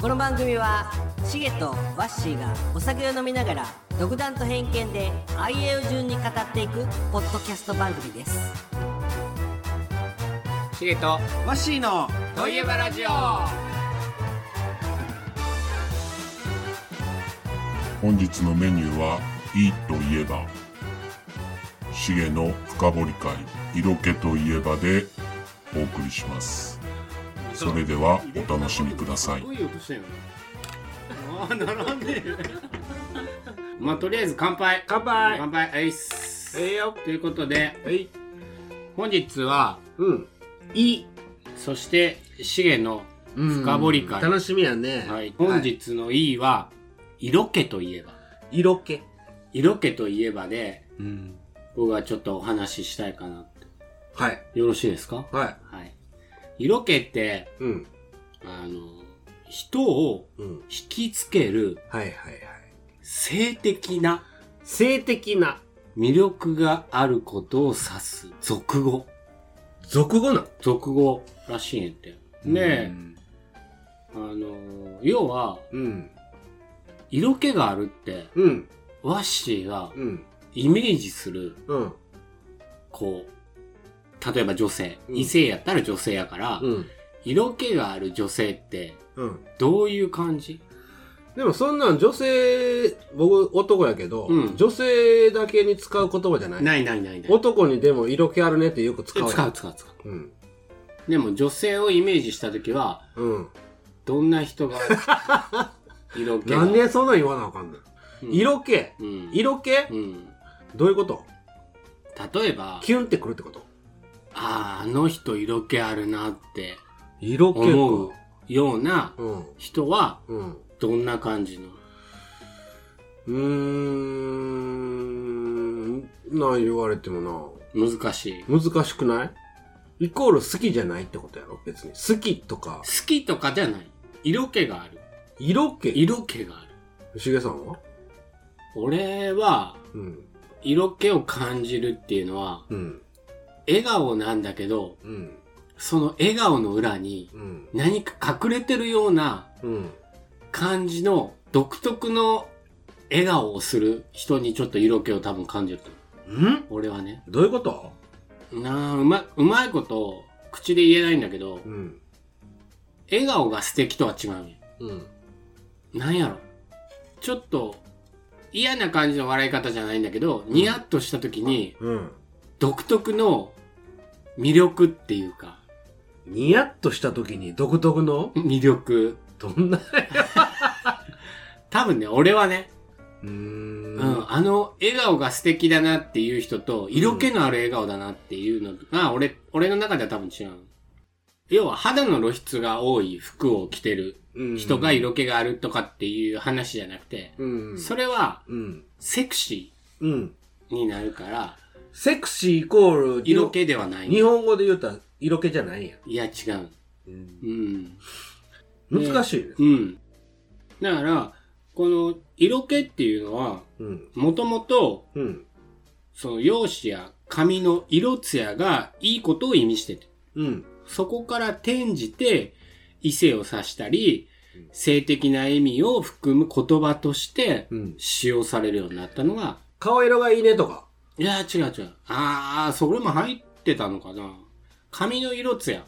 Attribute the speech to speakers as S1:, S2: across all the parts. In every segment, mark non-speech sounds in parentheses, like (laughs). S1: この番組はシゲとワッシーがお酒を飲みながら独断と偏見で IA を順に語っていくポッドキャスト番組です
S2: シゲと
S3: ワッシーの
S2: といえばラジオ
S4: 本日のメニューは「いいといえば」「シゲの深掘り会色気といえば」でお送りしますそれではお楽しみください
S3: どういう音してんのああ並んでるまあとりあえず乾杯
S2: 乾杯
S3: 乾杯はいっす
S2: ええよ
S3: ということで
S2: はい
S3: 本日は
S2: うん
S3: 「い」そして「しげの深掘り会
S2: 楽しみやね
S3: はい、本日の「い」は「色気といえば
S2: 色気」
S3: 「色気といえばで」
S2: うん
S3: 僕はちょっとお話ししたいかなって
S2: はい
S3: よろしいですか
S2: はい
S3: はい色気って
S2: うん
S3: あの人を
S2: うん
S3: 引きつける
S2: はいはいはい
S3: 性的な
S2: 性的な
S3: 魅力があることを指す俗語。
S2: 俗語なの
S3: 俗語らしいねんて。で、あの、要は、
S2: うん
S3: 色気があるって、
S2: うん
S3: ワッシーが
S2: うん
S3: イメージする、
S2: うん
S3: こう、例えば女性、
S2: うん
S3: 異性やったら女性やから、
S2: うん
S3: 色気がある女性って、
S2: うん
S3: どういう感じ
S2: でもそんなん女性僕男やけど、
S3: うん
S2: 女性だけに使う言葉じゃない
S3: ないないないない。
S2: 男にでも色気あるねってよく使
S3: 使
S2: う
S3: う
S2: やん
S3: 使う使う使
S2: うん
S3: う。でも女性をイメージしたときは、
S2: うん
S3: どんな人が、
S2: (laughs)
S3: 色気が
S2: なんでそんなん言わなあかんの、
S3: うん
S2: 色気
S3: うん。
S2: 色気、
S3: うん。
S2: どういうこと
S3: 例えば、
S2: キュンってくるってこと
S3: ああ、あの人色気あるなって
S2: 色気
S3: 思うような
S2: かうん
S3: 人は
S2: うん
S3: どんな感じの
S2: うーんなん言われても
S3: 難しい。好
S2: な難しくないイコール好きじゃないってことやろ別に好きとか
S3: きとかじゃない。色気がある。
S2: 色気
S3: 色気がある。
S2: しげさんは
S3: 俺は
S2: うん
S3: 色気を感じるっていうのは
S2: うん
S3: 笑顔なんだけど、
S2: うん
S3: その笑顔の裏に
S2: うん
S3: 何か隠れてるような
S2: うん
S3: 感じの独特の笑顔をする人にちょっと色気を多分感じると思う。
S2: うん
S3: 俺はね。
S2: どういうこと
S3: なあ、うま、うまいこと口で言えないんだけど、
S2: うん
S3: 笑顔が素敵とは違うんや
S2: うん
S3: なんやろちょっと嫌な感じの笑い方じゃないんだけど、ニヤッとした時に
S2: うん
S3: 独特の魅力っていうか、
S2: ニヤッとした時に独特の
S3: 魅力。
S2: どんな
S3: 多分ね、俺はね、
S2: うーん
S3: うん、あの笑顔が素敵だなっていう人と、色気のある笑顔だなっていうのが、俺、俺の中では多分違う。要は肌の露出が多い服を着てる
S2: うん
S3: 人が色気があるとかっていう話じゃなくて、
S2: うん
S3: それは
S2: うん
S3: セクシ
S2: うん
S3: ーになるから、
S2: セクシーイコール
S3: 色気ではない。
S2: 日本語で言うたら色気じゃないんや
S3: いや、違う。うん。ね
S2: 難しいね
S3: うん。だから、この、色気っていうのは、
S2: うん
S3: もともと、
S2: うん
S3: その、容姿や髪の色艶がいいことを意味してて、
S2: うん
S3: そこから転じて、異性を指したり
S2: うん、
S3: 性的な意味を含む言葉として
S2: う、ん
S3: 使用されるようになったのが、
S2: 顔色がいいねとか
S3: いや、違う違う。ああ、それも入ってたのかな。髪の色艶。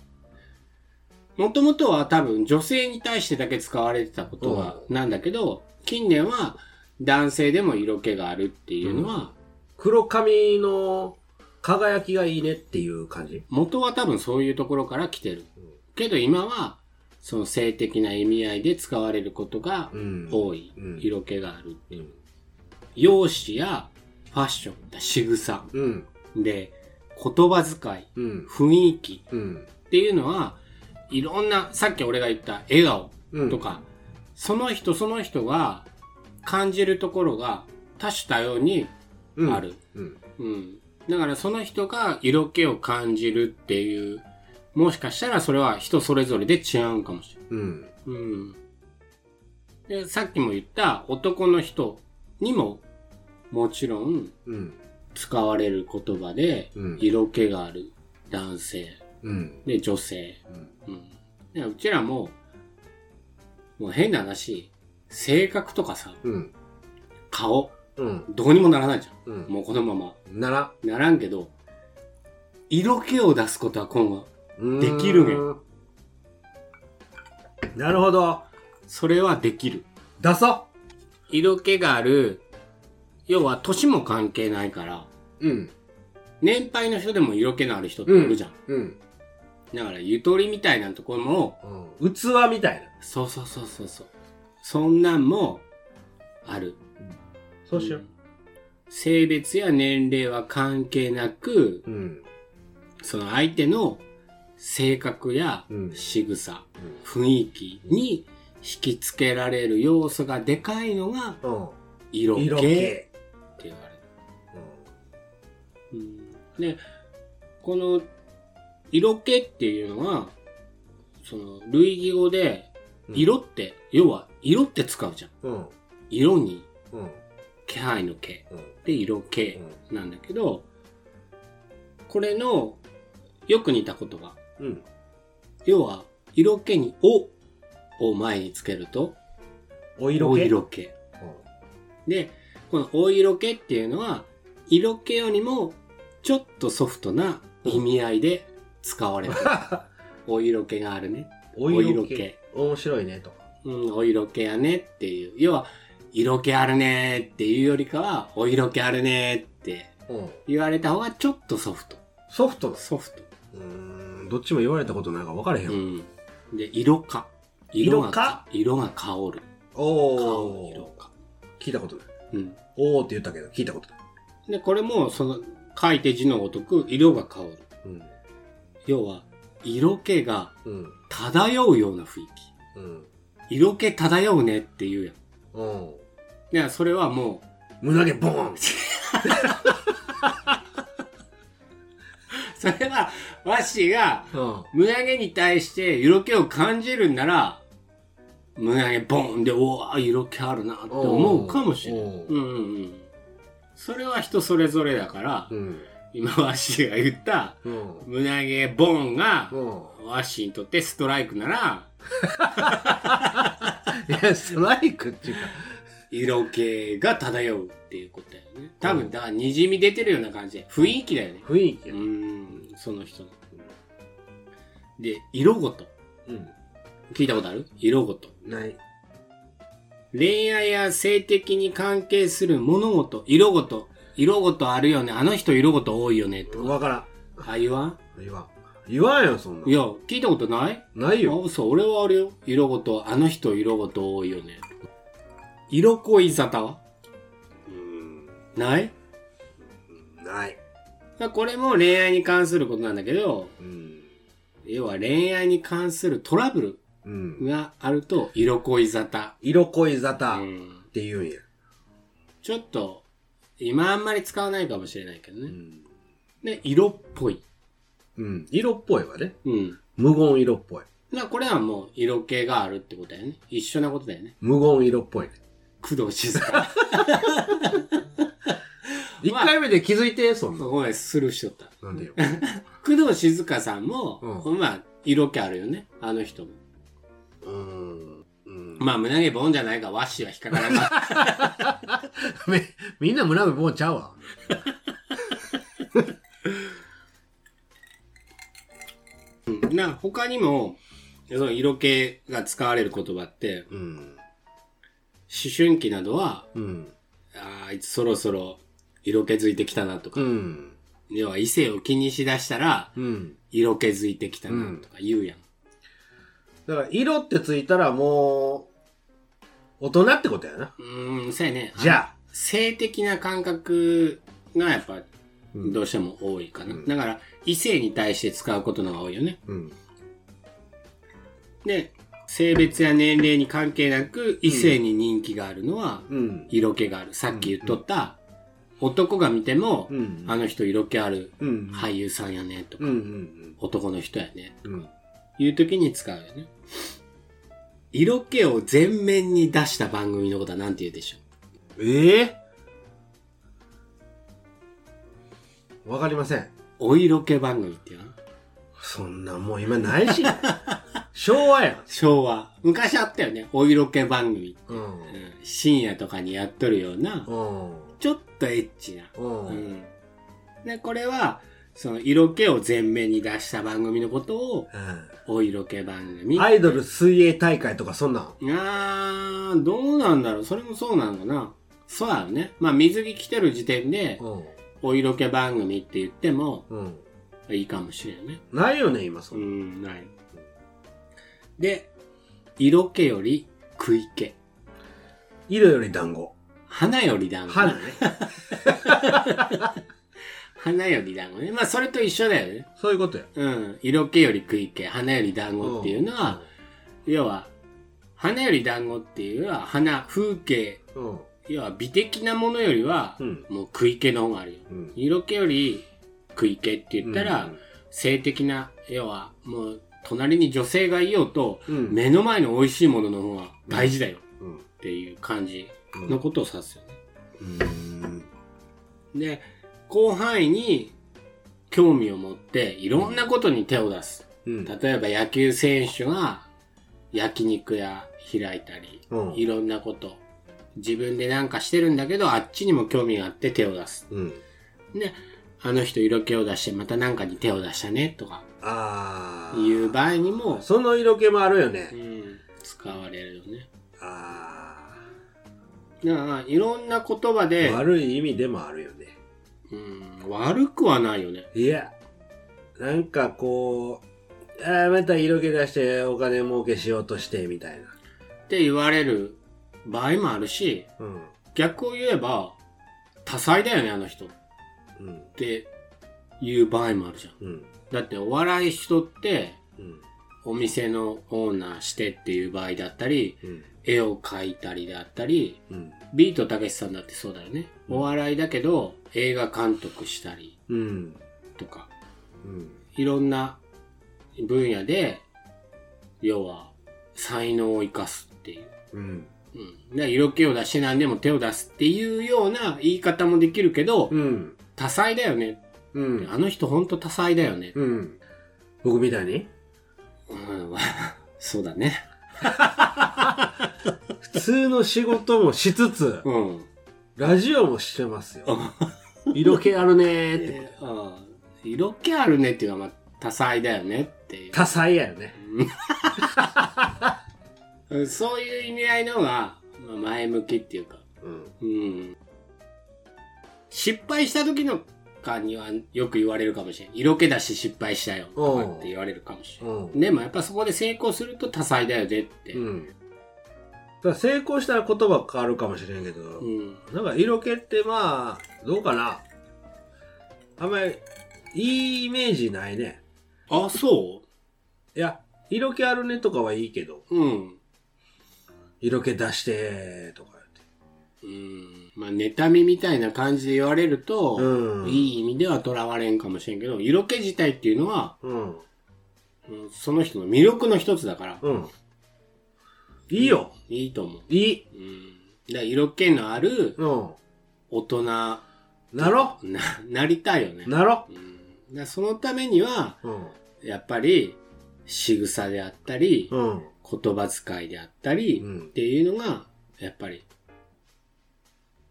S3: もともとは多分女性に対してだけ使われてたことは
S2: う
S3: なんだけど、近年は男性でも色気があるっていうのは、
S2: 黒髪の輝きがいいねっていう感じ
S3: 元は多分そういうところから来てる。けど今は、その性的な意味合いで使われることが
S2: ん
S3: 多い
S2: うん。
S3: 色気がある。
S2: うん
S3: 容姿やファッション、仕草
S2: うん
S3: で、言葉遣い、
S2: うん
S3: 雰囲気、
S2: うん
S3: っていうのはいろんなさっき俺が言った笑顔
S2: うん
S3: とか、その人その人が感じるところが多種多様に
S2: うん
S3: ある、
S2: うん
S3: うんだからその人が色気を感じるっていうもしかしたらそれは人それぞれで違うんかもし
S2: うん
S3: れない、うん、でさっきも言った男の人にももちろん
S2: うん
S3: 使われる言葉で
S2: うん
S3: 色気がある男性
S2: うん
S3: で女性
S2: うん
S3: うん、でうちらももう変な話、性格とかさ、
S2: うん。
S3: 顔、
S2: うん。
S3: どうにもならないじゃ
S2: うん
S3: ん。。もうこのまま。
S2: なら。
S3: ならんけど、色気を出すことは今後。
S2: で
S3: できるね
S2: なるほど。
S3: それはできる。
S2: 出そ
S3: 色気がある、要は年も関係ないから、
S2: う。うん。
S3: 年配の人でも色気のある人っているじゃん。
S2: うん。
S3: だから、ゆとりみたいなところも、
S2: うん、器みたいな。
S3: そうそうそうそうそう。そんなんも、ある。
S2: そうしよ
S3: ん性別や年齢は関係なく、
S2: う。うん。
S3: その相手の性格や
S2: うん
S3: 仕草、雰囲気に引きつけられる要素がでかいのが
S2: う
S3: 色
S2: ん。
S3: 気っ
S2: 色
S3: て
S2: 気。
S3: 言われる。うん、で、この色気っていうのは、その類義語で
S2: うん
S3: 色って、要は色って使うじゃん。
S2: うん。
S3: 色に
S2: うん。うん。
S3: 気配の気
S2: うん。
S3: で色気なんだけど、これのよく似た言葉。
S2: うん。
S3: 要は、色気におを前につけると、
S2: お色気。
S3: お色気。で、このお色気っていうのは、色気よりもちょっとソフトな意味合いで使われる。お色気があるね。
S2: お
S3: 色
S2: 色
S3: 気
S2: 気。面白いね、とか。
S3: うん、お色気やねっていう。要は、色気あるねっていうよりかは、お色気あるねって
S2: うん。
S3: 言われた方がちょっとソフト。
S2: ソフトだ。
S3: ソフト。
S2: うーん。どっちも言われたことないから分からへん。
S3: うん。で、色か。
S2: 色か
S3: 色が香る。香る
S2: お
S3: 色
S2: お。
S3: か。
S2: 聞いたことない。
S3: うん。
S2: おーって言ったけど、聞いたことない。
S3: で、これも、その、書いて字のごとく、色が香る。
S2: うん。
S3: 要は、色気が
S2: うん。
S3: 漂うような雰囲
S2: うん。
S3: 気。色気漂うねって言うやん。
S2: うん。
S3: いや、それはも
S2: 胸毛ボー (laughs) ン
S3: う、それは、ワッシーが、
S2: うん。
S3: 胸毛に対して色気を感じるんなら、胸毛ボンで、おわ、色気あるなって思うかもしれない。
S2: おー
S3: うんうんうん。それは人それぞれだから、
S2: うん。
S3: 今ワッシーが言った、
S2: うん。
S3: 胸毛ボンが、
S2: うん。
S3: ワッシーにとってストライクなら、
S2: いや、ストライクっていうか。
S3: 色気が漂うっていうことだよね。多分、だから滲み出てるような感じで、雰囲気だよね。
S2: 雰囲気
S3: う
S2: や。
S3: ん、その人の。で、色ごと。
S2: うん。
S3: 聞いたことある色ごと。
S2: ない。
S3: 恋愛や性的に関係する物事、色ごと。色ごとあるよね。あの人色ごと多いよね。とか。
S2: わからん。
S3: あ、言わん
S2: 言わん。言わんよ、そん
S3: い
S2: な。
S3: や、聞いたことない
S2: ないよ。
S3: あ、そう、俺はあれよ。色ごと、あの人色ごと多いよね。色恋沙汰は
S2: うん。
S3: ない
S2: ない。
S3: まあこれも恋愛に関することなんだけど、
S2: うん。
S3: 要は恋愛に関するトラブ
S2: う
S3: ル
S2: ん。
S3: があると、色恋沙汰。
S2: 色恋沙
S3: う
S2: 汰っ
S3: ん
S2: て言うんや。
S3: ちょっと、今あんまり使わないかもしれないけど
S2: う
S3: ね。
S2: ん。
S3: で、色っぽい。
S2: うん。色っぽいわね。
S3: うん。
S2: 無言色っぽい。
S3: まあこれはもう色気があるってことだよね。一緒なことだよね。
S2: 無言色っぽいね。
S3: 工藤
S2: (laughs)
S3: 静香。
S2: 一回目で気づいて、そんな。
S3: ごめん、スルーしとった。
S2: なんでよ。 (laughs)
S3: 工藤静香さんも、
S2: う
S3: まあ、色気あるよね。あの人も。
S2: うん。うん
S3: まあ、胸毛ボンじゃないか、和紙は引っかからない。
S2: (laughs) めみんな村部ボンちゃうわ。
S3: うんな他にも、その色気が使われる言葉って、
S2: うん。
S3: 思春期などは、
S2: うん。
S3: あーあいつそろそろ色気づいてきたなとか、
S2: うん。
S3: 要は異性を気にしだしたら、
S2: うん。
S3: 色気づいてきたなとか言うやん。
S2: だから、色ってついたらもう、大人ってことやな。
S3: うーん、そうやね。
S2: じ
S3: あの。
S2: ゃあ。
S3: 性的な感覚がやっぱ、
S2: うん
S3: どうしても多いかな。
S2: うん
S3: だから、異性に対して使うことの方が多いよね。
S2: うん。
S3: で、性別や年齢に関係なく、異性に人気があるのは、
S2: うん。
S3: 色気がある。さっき言っとった、男が見ても、
S2: うん
S3: あの人色気ある
S2: うん。い。
S3: 俳優さんやねとか、
S2: うんうん
S3: 男の人やね、
S2: うん。うん。
S3: いう時に使うよね。色気を全面に出した番組のことはなんて言うでしょ
S2: ええわかりません。
S3: うお色気番組って言うの (laughs)
S2: そんなもう今ないし。昭和やん。
S3: 昭和。昔あったよね。お色気番組。
S2: うん。
S3: うん深夜とかにやっとるような、
S2: うん。
S3: ちょっとエッチな。
S2: うん。
S3: う
S2: うん。
S3: ん。で、これは、その色気を前面に出した番組のことを、お色気番組。
S2: ア
S3: い。
S2: イドル水泳大会とかそんなん。
S3: あー、どうなんだろう。それもそうなのかな。そうだよね。まあ、水着着てる時点で、
S2: うん。
S3: お色気番組って言っても
S2: うん。
S3: いいかもしれないね。
S2: ないよね、今そん
S3: う、
S2: なん
S3: ない。で、色気より食い気。
S2: 色より団子。
S3: 花より団子。
S2: 花ね。
S3: 花より団子ね。まあ、それと一緒だよね。
S2: そういうことや。
S3: うん。色気より食い気、花より団子っていうのは、要は、花より団子っていうのは、花、風景、
S2: うん。
S3: 要は美的なものよりは、
S2: うん。
S3: もう食い気の方があるよ。
S2: うん。
S3: 色気より食い気って言ったら、
S2: うん
S3: 性的な、要は、もう、隣に女性がいようと、
S2: うん。
S3: 目の前の美味しいものの方が大事だよ
S2: うん。
S3: っていう感じ
S2: うん
S3: のことを指すよね。
S2: うん。
S3: で、広範囲に興味を持って、いろんなことに手を出す。
S2: うん。
S3: 例えば野球選手が焼肉屋開いたり、
S2: うん
S3: いろんなこと。自分でなんかしてるんだけど、あっちにも興味があって手を出す。
S2: うん。
S3: ね、あの人色気を出してまたなんかに手を出したねとか
S2: ああ。
S3: いう場合にも、
S2: その色気もあるよ
S3: う
S2: ね。
S3: ん、使われるよね。
S2: あ
S3: だから、いろんな言葉
S2: あ。
S3: で、
S2: 悪い意味でもあるよね。
S3: うん、悪くはないよね。
S2: いや、なんかこう、ああ、また色気出してお金儲けしようとして、みたいな。
S3: って言われる場合もあるし、
S2: うん。
S3: 逆を言えば、多彩だよね、あの人っ
S2: うん。
S3: ていう場合もあるじゃん。
S2: うん。
S3: だってお笑い人って、
S2: うん。
S3: お店のオーナーしてっていう場合だったり、
S2: うん。
S3: 絵を描いたりだったり、
S2: うん。
S3: ビートたけしさんだってそうだよね。お笑いだけど、映画監督したり
S2: うん。
S3: とか、
S2: うん。
S3: いろんな分野で、要は、才能を生かすっていう。
S2: うん。
S3: うん。で色気を出して何でも手を出すっていうような言い方もできるけど
S2: う、ん。
S3: 多彩だよね。
S2: うん。
S3: あの人ほんと多彩だよね。
S2: うん。僕みたいに
S3: うん、 (laughs) そうだね。
S2: 普通の仕事もしつつ、
S3: うん。
S2: ラジオもしてますよ。色気あるねーって。
S3: え色気あるねっていうのは、まあ、多彩だよねっていう。
S2: 多彩やよね。
S3: うんそういう意味合いの方が、まあ前向きっていうか。
S2: うん。
S3: うん。失敗した時のかにはよく言われるかもしれん。色気出し失敗したよとかって言われるかもしれん。
S2: うん。
S3: でもやっぱそこで成功すると多彩だよねって。
S2: う
S3: うん。
S2: ん。だから成功したら言葉変わるかもしれんけど、なんか色気ってまあ、どうかな。あんまり、いいイメージないね。
S3: あ、そ
S2: いや、色気あるねとかはいいけど、
S3: ううん。
S2: 色気出してとか
S3: うん。まあ、妬みみたいな感じで言われると、
S2: うん
S3: いい意味ではとらわれんかもしれんけど、色気自体っていうのは、
S2: 言って。
S3: うんその人の魅力の一つだから、
S2: うん。うん。いいよ。
S3: いいと思う。
S2: いい。
S3: うん。だから色気のある
S2: うん。
S3: 大人な、
S2: なろ。
S3: なりたいよね。
S2: なろ。
S3: うん。だからそのためには、
S2: うん。
S3: やっぱり、仕草であったり、
S2: うん。
S3: 言葉遣いであったり、
S2: うん
S3: っていうのが、やっぱり、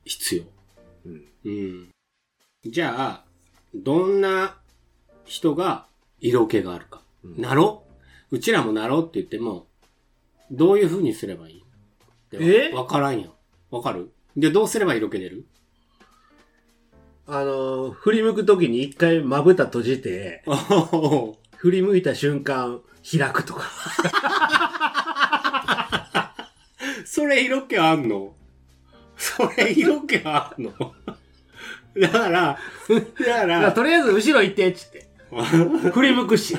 S3: 必要。
S2: うん。
S3: うん。じゃあ、どんな人が色気があるか。
S2: うん
S3: なろうちらもなろうって言っても、どういう風にすればいい
S2: え
S3: わからんやん。わかるで、どうすれば色気出る
S2: あのー振り向くときに一回まぶた閉じて、
S3: おほほほ
S2: 振り向いた瞬間、開くとか。
S3: それ色気あんのそれ色気あんの (laughs) だから、だか
S2: だから
S3: ら、
S2: とりあえず後ろ行って、っつ
S3: (laughs)
S2: って。振り向くし。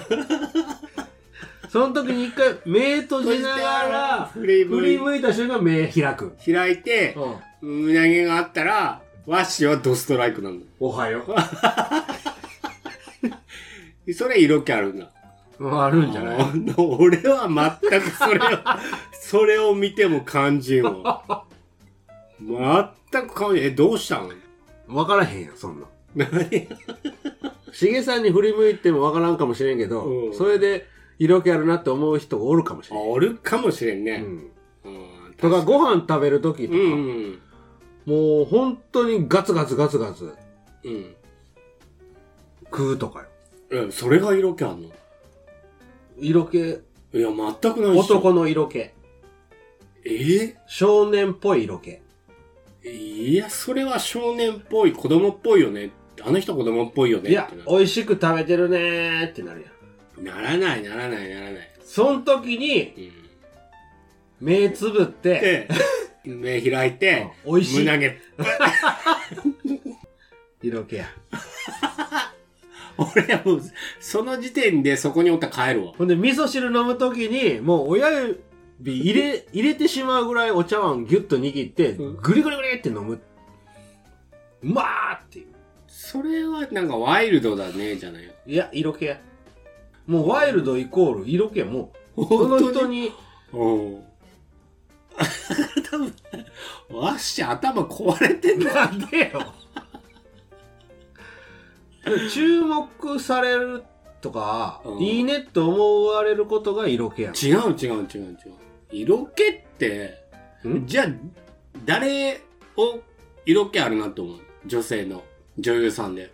S2: その時に一回目閉じながら、
S3: 振り向い
S2: 振り向いた瞬間目開く。
S3: 開いて、
S2: うん。
S3: 胸毛があったら、ワッシーはドストライクなんだ。
S2: おはよ
S3: それ色気あるんだ。
S2: う。うんあるんじゃない
S3: あの俺は全
S2: (laughs)
S3: くそれを、それを見ても肝心を。全く肝心。え、どうしたの
S2: わからへんやん、そんなん。
S3: 何
S2: (laughs) しげさんに振り向いてもわからんかもしれんけど、
S3: うん
S2: それで、色気あるなって思う人がおるかもしれない。
S3: おるかもしれ
S2: う
S3: んね。
S2: ん。
S3: うん
S2: とか、ご飯食べるときと
S3: う
S2: か、
S3: んうん。
S2: もう本当にガツガツガツガツ
S3: うん。
S2: 食うとかよ。
S3: え、それが色気あんの
S2: 色気、
S3: いや、全くないっしょ。
S2: 男の色気。
S3: え
S2: 少年っぽい色気。
S3: いや、それは少年っぽい、子供っぽいよね。あの人子供っぽいよね。
S2: いや
S3: ってな、
S2: 美味しく食べてるねーってなるやん。
S3: ならない、ならない、ならない。
S2: その時に、
S3: うん。
S2: 目つぶって、
S3: で、 (laughs) 目開いて、
S2: うん美味しい
S3: 胸毛、
S2: 色気や。
S3: 俺はもう、その時点でそこにおったら帰るわ。
S2: ほんで、味噌汁飲む時に、もう親指入れ、入れてしまうぐらいお茶碗ギュッと握って、
S3: うん
S2: ぐりぐりぐりって飲む。うまーっていう。
S3: それはなんかワイルドだね、じゃないよ。
S2: いや、色気や。もうワイルドイコール色気や、もう。その人に、
S3: うん。 (laughs) 多分、わっしゃ頭壊れてんの
S2: なんでよ。注目されるとか、
S3: うん
S2: いいねと思われることが色気やん。
S3: 違う違う違う違う。色気って、
S2: ん
S3: じゃあ、誰を色気あるなと思う女性の。女優さんで。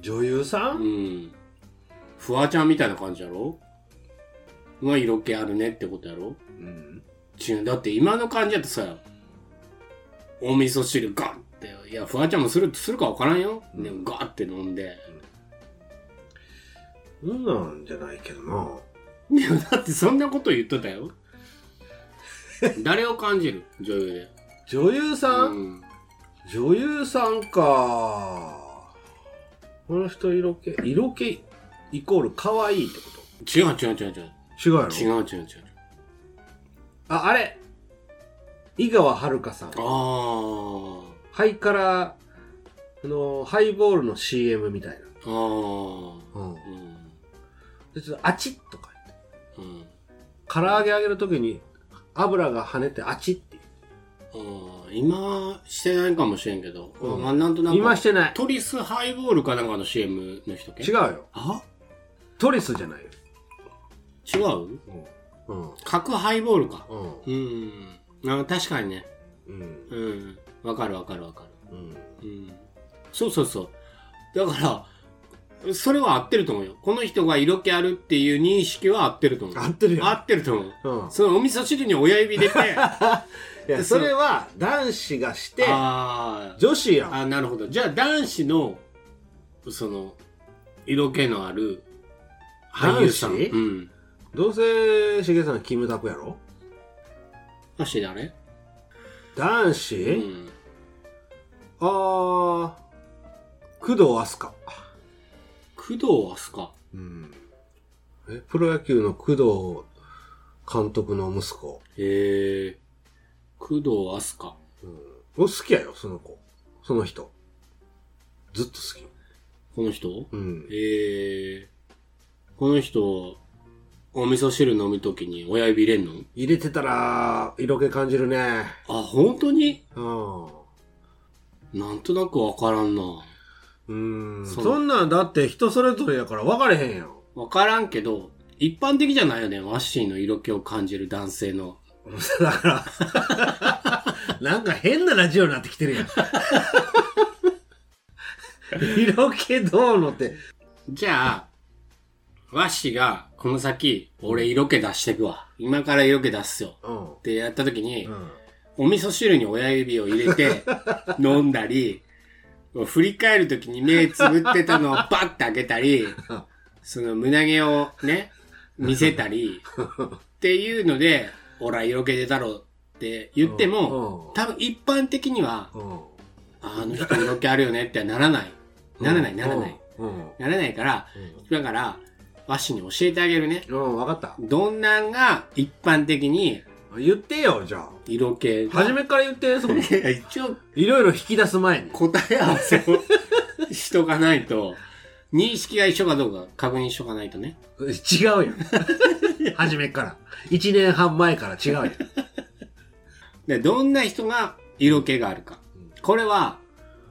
S2: 女優さ
S3: うんん。フワちゃんみたいな感じやろまあ色気あるねってことやろ
S2: うん。
S3: 違う。だって今の感じやとさ、お味噌汁ガッて。いや、フワちゃんもする、するかわからんよ。
S2: うん
S3: でもガッて飲んで。
S2: そんなんじゃないけどな。
S3: でもだってそんなこと言っとったよ。
S2: (laughs)
S3: 誰を感じる女優で。
S2: 女優さん、
S3: うん。
S2: 女優さんか。この人色気、色気イコール可愛いってこ
S3: 違う違う違う違う。
S2: と違うや
S3: 違
S2: ろ
S3: う違う違う。
S2: あ、あれ井川遥さん。
S3: あ
S2: ハイカラ、あの、ハイボールの CM みたい
S3: あ。あ
S2: な。うん。
S3: あ。うん。
S2: で、ちょっとあちっとか。
S3: うん。
S2: 唐揚げ揚げるときに油が跳ねてあちって。
S3: あー今、してないかもしれんけど。
S2: うん
S3: まあ、なんとなく。
S2: 今してない。
S3: トリスハイボールかなんかの CM の人け
S2: 違うよ。
S3: あ
S2: トリスじゃないよ。
S3: 違う
S2: うん。
S3: 角ハイボールか。
S2: うん。
S3: うん。あ確かにね。
S2: うん。
S3: うん。わかるわかるわか
S2: うん。
S3: る。うん。そうそうそう。だから、それは合ってると思うよ。この人が色気あるっていう認識は合ってると思う。
S2: 合ってるよ
S3: 合ってると思う。
S2: うん。
S3: そのお味噌汁に親指入れて、あ
S2: いや、それは男子がして、
S3: (laughs) あー
S2: 女子やん。
S3: あ、なるほど。じゃあ男子の、その、色気のある俳優さん。
S2: 男子
S3: うん。
S2: どうせ、しげさん、キムタクやろ
S3: 男子誰
S2: 男子、
S3: うん。
S2: あー、工藤飛鳥。
S3: 工藤飛鳥。
S2: うん。え、プロ野球の工藤監督の息子。
S3: へえ。工藤飛鳥。
S2: うん。俺好きやよ、その子。その人。ずっと好き。
S3: この人
S2: うん。
S3: へえ。この人、お味噌汁飲むときに親指入れんの
S2: 入れてたら、色気感じるね。
S3: あ、本当に
S2: うん。
S3: なんとなくわからんな。
S2: うん。
S3: そう
S2: そんなんだって人それぞれやから分かれへんやん。
S3: わからんけど、一般的じゃないよね。ワッシーの色気を感じる男性の。
S2: だから、 (laughs) なんか変なラジオになってきて (laughs) るやん。色気どうのって。
S3: じゃあ、ワッシーが、この先、俺色気出してくわ。今から色気出すよ。
S2: うん。
S3: ってやった時に、
S2: うん。
S3: お味噌汁に親指を入れ
S2: (laughs)
S3: て、飲んだり、振り返る時に目つぶってたのをバッて開けたり、その胸毛をね、見せたり、っていうので、俺は色気出たろって言って
S2: うんう
S3: も
S2: ん、
S3: 多分一般的には、
S2: うん。
S3: あの人色気あるよねってはならない。ならない、ならない。
S2: うん。
S3: ならないから、だから、和紙に教えてあげるね。
S2: うん、わかった。
S3: どんなんが一般的に
S2: 言ってよ、じゃあ。
S3: 色気が。
S2: 初めから言って、そこ
S3: いや、一応
S2: いろいろ引き出す前に。
S3: 答え合わせをしとかないと、 (laughs) 認識が一緒かどうか確認しとかないとね。
S2: 違うやん。 (laughs) 初めから。一年半前から違うやん。
S3: で、どんな人が色気があるか
S2: うん。
S3: これは、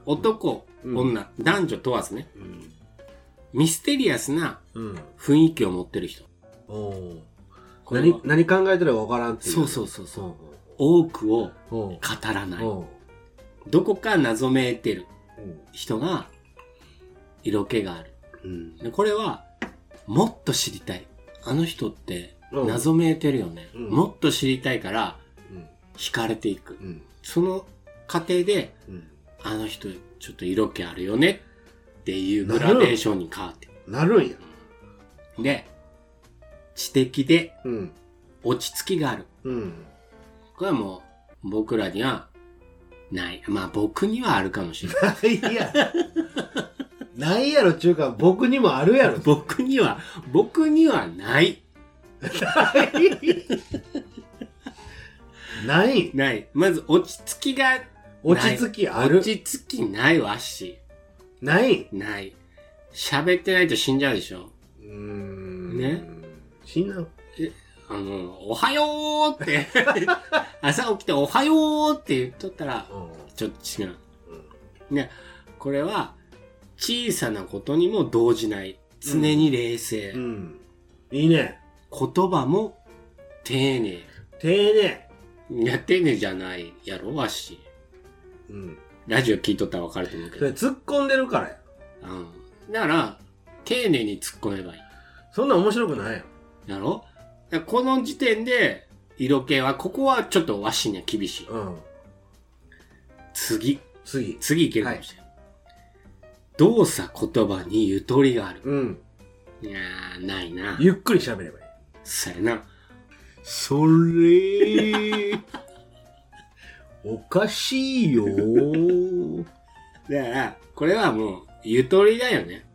S3: 男、
S2: うん
S3: 女、男女問わずね、
S2: うん。
S3: ミステリアスな
S2: うん。
S3: 雰囲気を持ってる人。
S2: あお
S3: これは
S2: 何何考えてるか分からんっていう
S3: そうそうそうそう
S2: そ
S3: 多くを
S2: うおう
S3: 語らない。
S2: おう
S3: どこか謎めいてる
S2: うん
S3: 人が色気がある。うん、でこれはもっと知りたい。あの人って
S2: うん
S3: 謎めいてるよね。
S2: うん
S3: もっと知りたいから
S2: うん
S3: 惹かれていく。
S2: うん
S3: その過程で
S2: うん
S3: あの人ちょっと色気あるよねっていうグラデーションに変わってる
S2: なるんや
S3: で、知的で
S2: うん
S3: 落ち着きがある。
S2: うん
S3: これはもう僕らにはない。まあ僕にはあるかもしれない。
S2: (laughs) いやないやろちゅうか僕にもあるやろ
S3: 僕には、僕にはない。
S2: (laughs) ない
S3: ない。まず落ち着きが、
S2: 落ち着きあ
S3: 落
S2: る
S3: ち着きないわし。
S2: ない
S3: ない。喋ってないと死んじゃうでしょ。
S2: うーん
S3: ね
S2: 死んな
S3: あの、おはようって、 (laughs) 朝起きておはようって言っとったら、ちょっと違う。ね、これは、小さなことにも動じない。常に冷静。
S2: うんいいね
S3: 言葉も丁寧。
S2: 丁寧
S3: いや、丁寧じゃないやろ、わし。
S2: うん
S3: ラジオ聞いとったらわかると思うけ
S2: それ
S3: ど。
S2: 突っ込んでるからや
S3: うん。だから、丁寧に突っ込めばいい。
S2: そんなん面白くないよ
S3: やろだからこの時点で、色気は、ここはちょっとわしには厳しい。
S2: うん
S3: 次。
S2: 次
S3: 次いけるかもしれない。動作言葉にゆとりがある。
S2: うん
S3: いやー、ないな。
S2: ゆっくり喋ればいい
S3: それな。
S2: それおかしいよ (laughs)
S3: だから、これはもう、ゆとりだよね。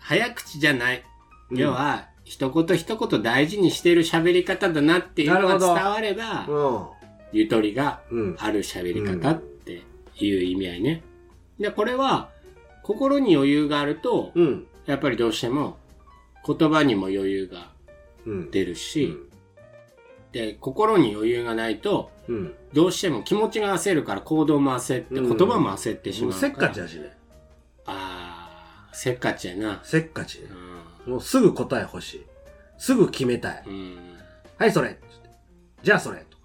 S3: 早口じゃない。
S2: うん
S3: 要は、一言一言大事にしてる喋り方だなっていうの
S2: な
S3: が
S2: るほ
S3: 伝
S2: ど
S3: われば、
S2: う
S3: ゆとりが
S2: んうん
S3: ある喋り方っていう意味合いね。で、これは、心に余裕があると、
S2: うん
S3: やっぱりどうしても、言葉にも余裕が
S2: うん
S3: 出るし、で、心に余裕がないと、
S2: うん
S3: どうしても気持ちが焦るから行動も焦って、
S2: うん
S3: 言葉も焦ってしまう
S2: せっかち
S3: や。
S2: やしね
S3: あー、せっかちやな。
S2: せっかちね
S3: う
S2: もうすぐ答え欲しいすぐ決めたい
S3: ん。うん
S2: はいそれつってじゃあそれと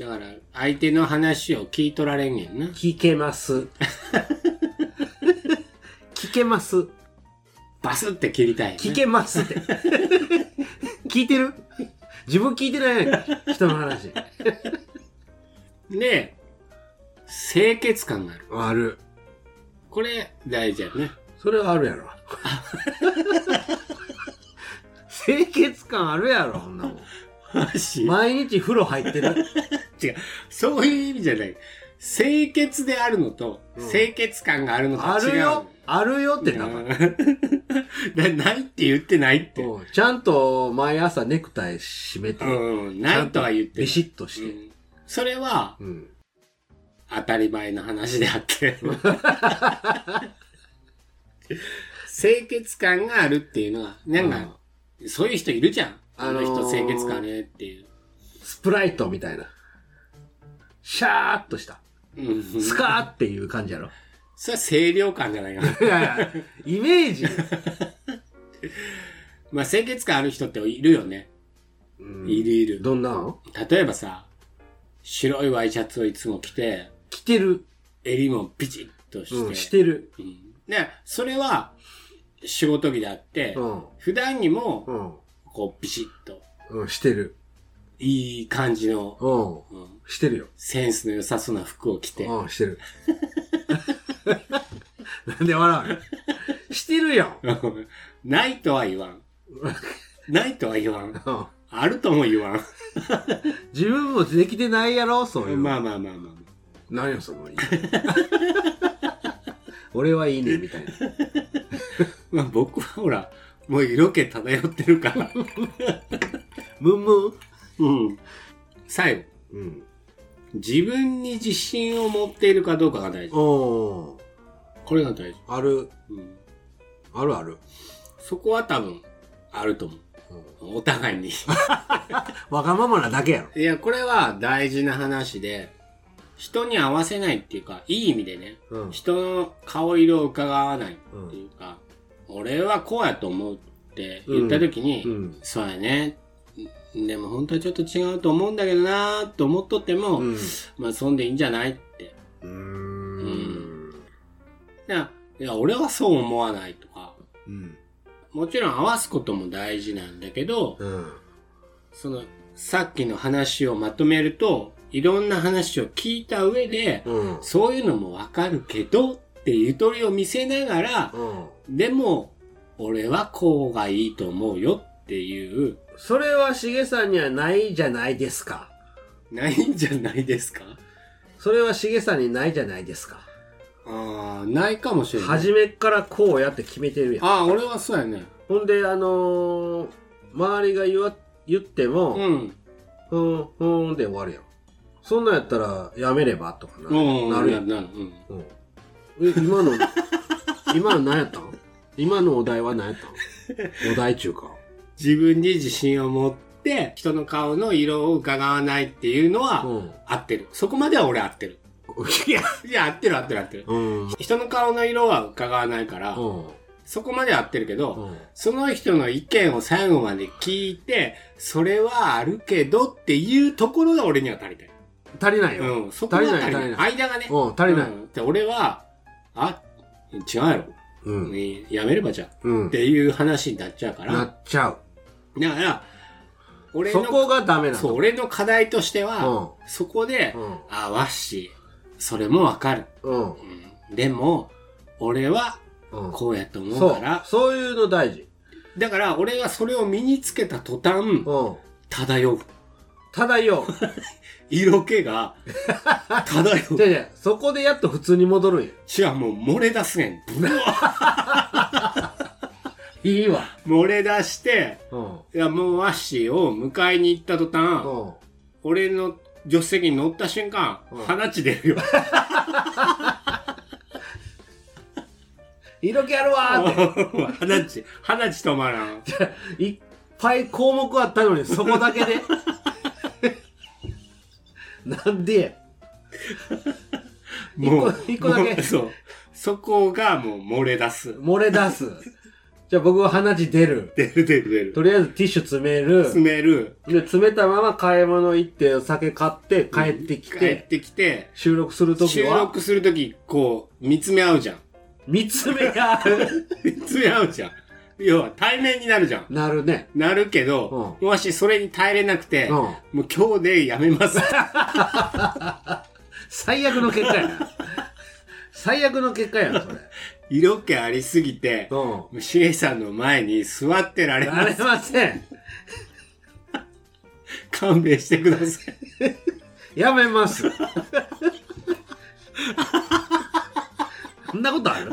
S3: だから、相手の話を聞いとられんねんな。
S2: 聞けます (laughs) 聞けます
S3: バスって切りたい、ね。
S2: 聞けます (laughs) って聞いてる自分聞いてないやん人の話
S3: で、清潔感がある。
S2: ある
S3: これ、大事やね。
S2: それはあるやろ清潔感あるやろそんなもん
S3: 話
S2: 毎日風呂入ってる
S3: そういう意味じゃない。清潔であるのと、
S2: うん
S3: 清潔感があるのと
S2: あ
S3: 違う。
S2: るよあるよっ
S3: う
S2: てなんか
S3: ん。だないって言ってないって。う
S2: うんちゃんと毎朝ネクタイ締めて、
S3: ん。ないとは言って
S2: ビ
S3: ない。
S2: シッとし
S3: う
S2: て。
S3: んそれは、
S2: うん。
S3: 当たり前の話で
S2: (laughs)
S3: あって。清潔感があるっていうのは、なんか、そういう人いるじゃん。あ
S2: あの
S3: の
S2: ー
S3: 人清潔感ねっていう。
S2: スプライトみたいな。シャーっとした。
S3: うん
S2: スカーっていう感じやろ。
S3: それは清涼感じゃないかな。
S2: いやいや、イメージ。
S3: まあ清潔感ある人っているよね。
S2: うん
S3: (laughs) いるいる。
S2: どんなの
S3: 例えばさ、白いワイシャツをいつも着て、
S2: 着てる。
S3: 襟もピチッとして。
S2: うん、してる。
S3: うんで、それは仕事着であって、
S2: うん。
S3: 普段にも
S2: う、ん。
S3: こう、ビシッと、
S2: うん、してる。
S3: いい感じの、
S2: うん。
S3: うん
S2: してるよ。
S3: センスの良さそうな服を着て、
S2: うん、してる。 (laughs) なんで笑うのしてるよ。
S3: (laughs) ないとは言わん。ないとは言わん。
S2: うん
S3: あるとも言わん。
S2: 自分もできてないやろ、そういうの。
S3: まあまあまあまあ。
S2: 何よそのい (laughs) い俺はいいねみたいな
S3: まあ僕はほら、もう色気漂ってるから。
S2: ムンムン
S3: うん。最後。
S2: うん
S3: 自分に自信を持っているかどうかが大事。
S2: おー
S3: これが大事。
S2: ある
S3: うん。
S2: あるある
S3: そこは多分、あると思う。お互いに。 (laughs)
S2: わがままなだけやろ
S3: いや、これは大事な話で、人に合わせないっていうか、いい意味でね、
S2: うん
S3: 人の顔色を伺わないっていうか、俺はこうやと思う。って言った時に、
S2: うん
S3: そうやね。でも本当はちょっと違うと思うんだけどなーと思っとっても、
S2: うん
S3: まあそんでいいんじゃないって。
S2: うーん
S3: だからいや、俺はそう思わないとか。
S2: うん
S3: もちろん合わすことも大事なんだけど、
S2: うん
S3: その、さっきの話をまとめると、いろんな話を聞いた上で、
S2: うん
S3: そういうのもわかるけどってゆとりを見せながら、
S2: うん
S3: でも、俺はこうがいいと思うよっていう、
S2: それはしげさんにはないじゃないですか
S3: ないんじゃないですか
S2: それはしげさんにないじゃないですか
S3: ああ、ないかもしれない。
S2: 初めからこうやって決めてるやん
S3: ああ、俺はそうやね。
S2: ほんであのー周りが言わ言っても、
S3: うん。
S2: ふーん、ふーんで終わるやん。そんなんやったら、やめればとかな,、
S3: うん。
S2: なるやん。
S3: なる。うん。
S2: うん、え今の、 (laughs) 今の何やったん今のお題は何やったんお題中か。
S3: 自分に自信を持って、人の顔の色を伺わないっていうのは、
S2: うん。
S3: 合ってる。そこまでは俺合ってる。
S2: いや、
S3: いや、合ってる合ってる合ってる。
S2: うん。うん。
S3: 人の顔の色は伺わないから、そこまでは合ってるけど、
S2: うん
S3: その人の意見を最後まで聞いて、それはあるけどっていうところが俺には足りない。
S2: 足りないよ。
S3: うん、そこが足りない。
S2: 足りない足りな
S3: 間がね。
S2: うん、足りない。
S3: うんで俺は、あ、違うや
S2: う
S3: ろ。
S2: ん。
S3: やめればじゃん。
S2: うん
S3: っ。ていう話になっちゃうから。
S2: な
S3: だか
S2: っちゃう。
S3: ら、俺
S2: そ
S3: の、
S2: こがダメな
S3: そう、
S2: の。
S3: 俺の課題としては、そこで、
S2: うん
S3: あ、わっしー、それもわかる。
S2: うん。
S3: うんでも、俺は
S2: うん。
S3: こうやと思う
S2: そ
S3: か
S2: う
S3: ら。、
S2: そういうの大事。
S3: だから俺がそれを身につけた途端、
S2: うん。
S3: 漂う。
S2: 漂
S3: (laughs) 色気が、
S2: (laughs)
S3: 漂
S2: う。
S3: う。
S2: じゃじゃそこでやっと普通に戻るんや。
S3: しはもう漏れ出すねん。ブワ
S2: いいわ。
S3: ー漏れ出して、
S2: うん。
S3: いやもうワッシーを迎えに行った途
S2: う
S3: 端、
S2: ん。
S3: 俺の助手席に乗った瞬間、
S2: うん
S3: 鼻血出るよ。
S2: 色気あるわーって。
S3: (laughs) 鼻血、鼻血止まらん。
S2: いっぱい項目あったのにそこだけで (laughs) なんでや
S3: もう、
S2: 一個だけ
S3: もうそう。そこがもう漏れ出す。
S2: 漏れ出すじゃあ僕は鼻血出る
S3: 出る出る出る。
S2: とりあえずティッシュ詰める
S3: 詰める。
S2: で詰めたまま買い物行ってお酒買って帰ってき
S3: 帰っててきて、
S2: 収録するとき
S3: 収
S2: は
S3: 録するとき、こう、見つめ合うじゃん。
S2: 見つめが
S3: 見つめ合うじゃん。要は、対面になるじゃ (laughs) ん。
S2: なるね
S3: なるけど、もしそれに耐えれなくて、
S2: うん
S3: もう今日でやめます。 (laughs)
S2: 最悪の結果やな最悪の結果やなそれ
S3: 色気ありすぎて、
S2: うん
S3: もうシエさんの前に座ってられ
S2: な
S3: ま
S2: れ
S3: す。
S2: ません
S3: 勘弁してください。
S2: やめます。そんなことある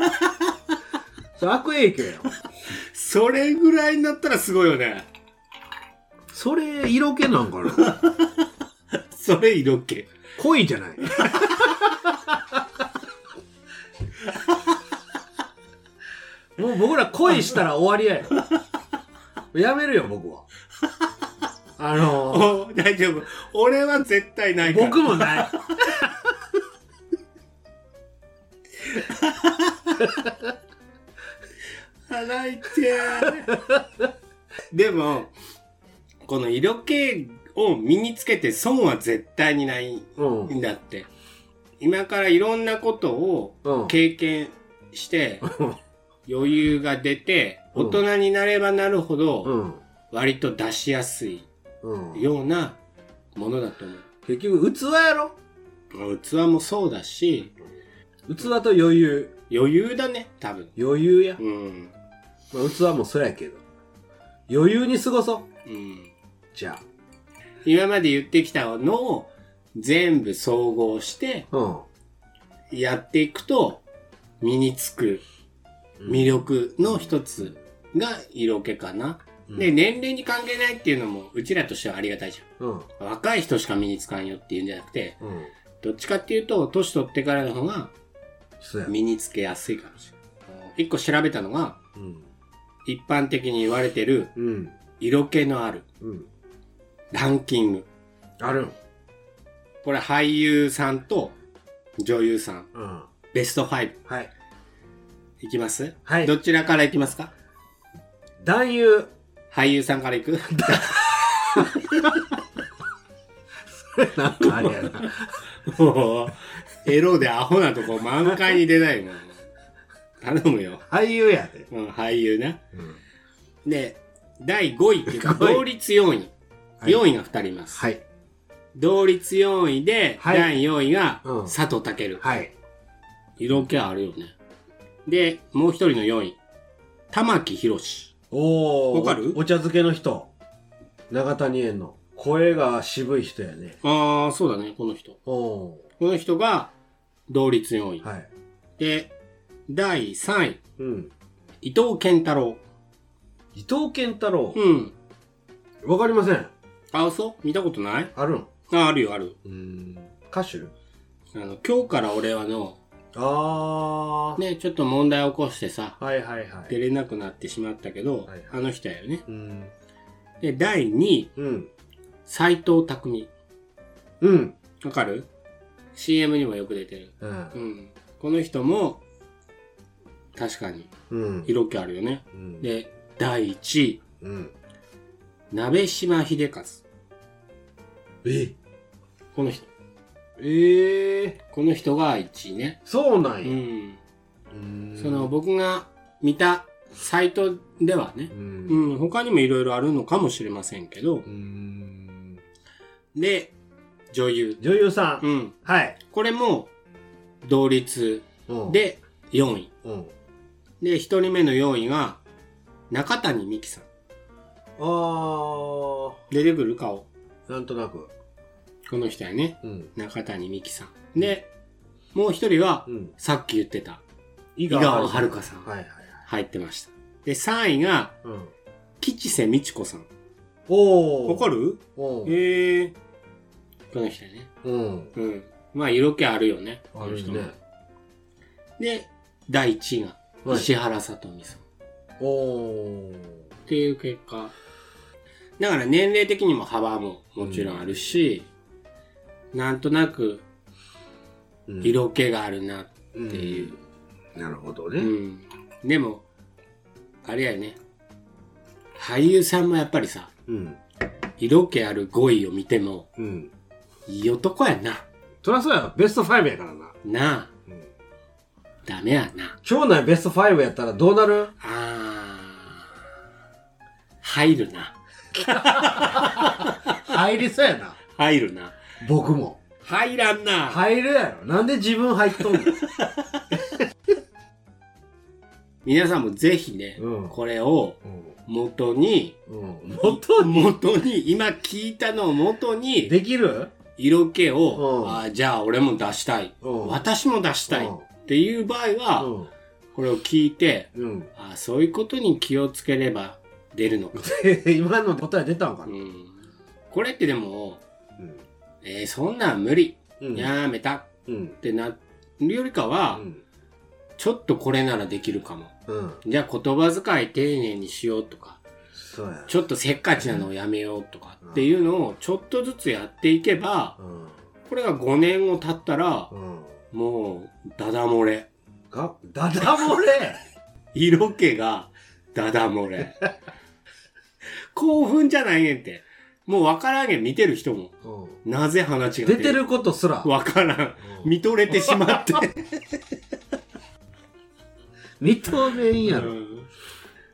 S2: それ悪影響やん
S3: それぐらいになったらすごいよね。
S2: それ、色気なんかな
S3: それ色気。
S2: 恋じゃない。もう僕ら恋したら終わりやよ。やめるよ、僕は。あの
S3: お大丈夫。俺は絶対ないから。
S2: 僕もない。
S3: 腹痛いでもこの色気を身につけて損は絶対にない
S2: うん。うん
S3: んだって今からいろんなこと
S2: う
S3: を
S2: ん
S3: 経験して
S2: うん
S3: 余裕が出て
S2: うん
S3: 大人になればなるほ
S2: う
S3: ど
S2: ん。
S3: 割と出しやすい
S2: うん、
S3: ようなものだと思う
S2: 結局、器やろ
S3: 器もそうだし
S2: 器と余裕。
S3: 余裕だね多分
S2: 余裕や。
S3: うん
S2: まあ、器もそうやけど余裕に過ごそう
S3: うん
S2: じゃ
S3: 今まで言ってきたのを全部総合して
S2: あうん
S3: やっていくと身につく魅力の一つが色気かな。
S2: うん
S3: で、年齢に関係ないっていうのもうちらとしてはありがたいじ
S2: うん
S3: ゃん。若い人しか身につかんよっていうんじゃなくて、
S2: うん
S3: どっちかっていうと年取ってからの方が
S2: そうや、
S3: 身につけやすいかもしれない。一個調べたのが
S2: うん
S3: 一般的に言われてる
S2: うん
S3: 色気のある
S2: うん
S3: ランキング。
S2: あるん
S3: これ俳優さんと女優さん、
S2: うん
S3: ベスト5
S2: はい
S3: いきます
S2: はい
S3: どちらからいきますか
S2: 男優。
S3: 俳優さんからいく
S2: (laughs) なんかあれやな。
S3: もう (laughs) エロでアホなとこ満開に出ないな。頼むよ。
S2: 俳優やで。
S3: うん、俳優な。
S2: うん
S3: で、第5位っていう
S2: (laughs)
S3: か、
S2: 5位
S3: 同率4位。
S2: はい
S3: 4位が2人います。
S2: はい。
S3: 同率4位で、
S2: はい
S3: 第4位が
S2: うん
S3: 佐藤健。
S2: はい。
S3: 色気あるよね。で、もう一人の4位。玉木宏。
S2: おー。
S3: わかる
S2: おお茶漬けの人。長谷園の。声が渋い人やね。
S3: ああ、そうだね、この人。
S2: お
S3: この人が同率4位。
S2: ー。はい。
S3: で、第3位。
S2: うん。
S3: 伊藤健太郎。
S2: 伊藤健太郎。
S3: うん。
S2: わかりません。
S3: あ、そう見たことない
S2: あるん
S3: あ、あるよ、ある。
S2: うん。歌手
S3: あの、今日から俺はの、
S2: あー。
S3: ね、ちょっと問題起こしてさ、
S2: はいはいは
S3: 出
S2: い。
S3: れなくなってしまったけど、
S2: はい
S3: あの人やよね。
S2: うん。
S3: で、第2位、
S2: うん。
S3: 斎藤匠。
S2: うん。
S3: わかる ?CM にもよく出てる。
S2: うん
S3: う。ん。この人も、確かに、
S2: うん。
S3: 色気あるよね。
S2: うん
S3: で、第1位、
S2: うん。
S3: 鍋島秀和。
S2: え
S3: この人。
S2: ええ
S3: この人が1位ね。
S2: そうな
S3: うん
S2: や。
S3: ん。
S2: うん
S3: その、僕が見たサイトではね
S2: う、ん。
S3: うん、他にもいろいろあるのかもしれませんけど
S2: う、ん。
S3: で、女優。
S2: 女優さん。
S3: うん。
S2: はい。
S3: これも、同率
S2: うん、
S3: で4位。
S2: うん。
S3: で、1人目の4位が、中谷美紀さん。
S2: あー、
S3: 出てくる顔。
S2: なんとなく。
S3: この人やね。
S2: うん。
S3: 中谷美紀さん。で、もう一人は
S2: う、ん。
S3: さっき言ってた、
S2: 井
S3: 川遥さん
S2: はいはいはい。
S3: 入ってました。で、3位が、
S2: うん。
S3: 吉瀬美智子さん。
S2: おー。
S3: わかる
S2: おー。
S3: へえ。この人やね。
S2: うん。
S3: うん。まあ、色気あるよね。
S2: あるよ
S3: こ
S2: ね
S3: の人も。で、第1位が、
S2: はい
S3: 石原さとみさん。
S2: おー。
S3: っていう結果。だから年齢的にも幅ももちろんあるし、なんとなく
S2: うん
S3: 色気があるなって
S2: うん
S3: いう。
S2: なるほど
S3: うん。
S2: ね。
S3: でも、あれやね。俳優さんもやっぱりさ、
S2: うん。
S3: 色気ある5位を見ても、
S2: うん。
S3: いい男やな。
S2: そりゃそうや、ベスト5やからな。
S3: なあ、
S2: うん
S3: ダメやな。
S2: 町内ベスト5やったらどうなる
S3: あー。入るな。
S2: 入りそうやな。
S3: 入るな。
S2: 僕も。
S3: 入らんな。
S2: 入るやろ。なんで自分入っとんの
S3: 皆さんもぜひね、
S2: うん
S3: これを
S2: うん
S3: 元に、
S2: うん。
S3: 元に元に、今聞いたのを元に、
S2: できる
S3: 色気
S2: う
S3: を、
S2: ん
S3: あーじゃあ俺も出したい。
S2: うん
S3: 私も出したい。
S2: うん
S3: っていう場合
S2: う
S3: は、
S2: ん。
S3: これを聞いて、
S2: うん。
S3: あーそういうことに気をつければ出るのか。
S2: (laughs) 今の答え出たんか
S3: う
S2: な、
S3: ん、これってでも、
S2: うん
S3: えーそんなん無理。
S2: うん
S3: やめたっ
S2: うん。
S3: てなるよりか
S2: う
S3: は、
S2: ん。
S3: ちょっとこれならできるかも。
S2: うん。
S3: じゃあ言葉遣い丁寧にしようとか、
S2: そうや。
S3: ちょっとせっかちなのをやめようとかっていうのをちょっとずつやっていけば、
S2: うん。
S3: これが5年後経ったら、
S2: うん。
S3: もう、ダダ漏れ。
S2: が、ダダ漏れ
S3: 色気が、ダダ漏れ。興奮じゃないねんって。もう分からんげん、見てる人も。
S2: う
S3: なぜ話が
S2: ん。出てることすら、
S3: 分からん。
S2: うん
S3: 見とれてしまって。
S2: 認めんや
S3: う
S2: ろ。
S3: ん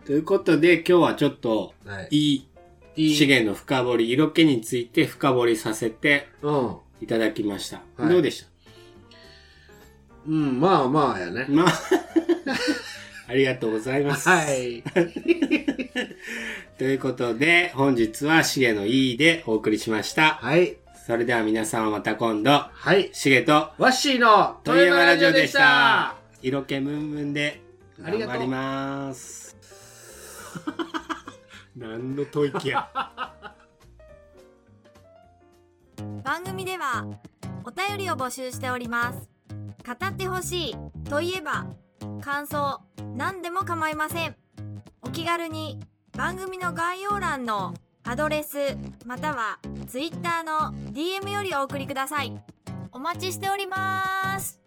S3: ということで、今日はちょっと、
S2: はい。
S3: いい資源の深掘り、色気について深掘りさせて
S2: うん。
S3: いただきました。
S2: はい
S3: どうでした
S2: うん、まあまあやね。
S3: まあ、 (laughs) ありがとうございます。
S2: はい。
S3: ということで、本日はしげのいいでお送りしました。
S2: はい。
S3: それでは皆さんまた今度、
S2: はい。
S3: しげと、
S2: ワッシーの、トレーラジオでした。。
S3: 色気ムンムンで、
S2: あり
S3: 頑
S2: がとう
S3: 張ります。 (laughs)
S2: (laughs)
S3: 何の吐息や。
S5: 番組ではお便りを募集しております語ってほしいといえば感想何でも構いませんお気軽に番組の概要欄のアドレスまたは Twitter の DM よりお送りくださいお待ちしております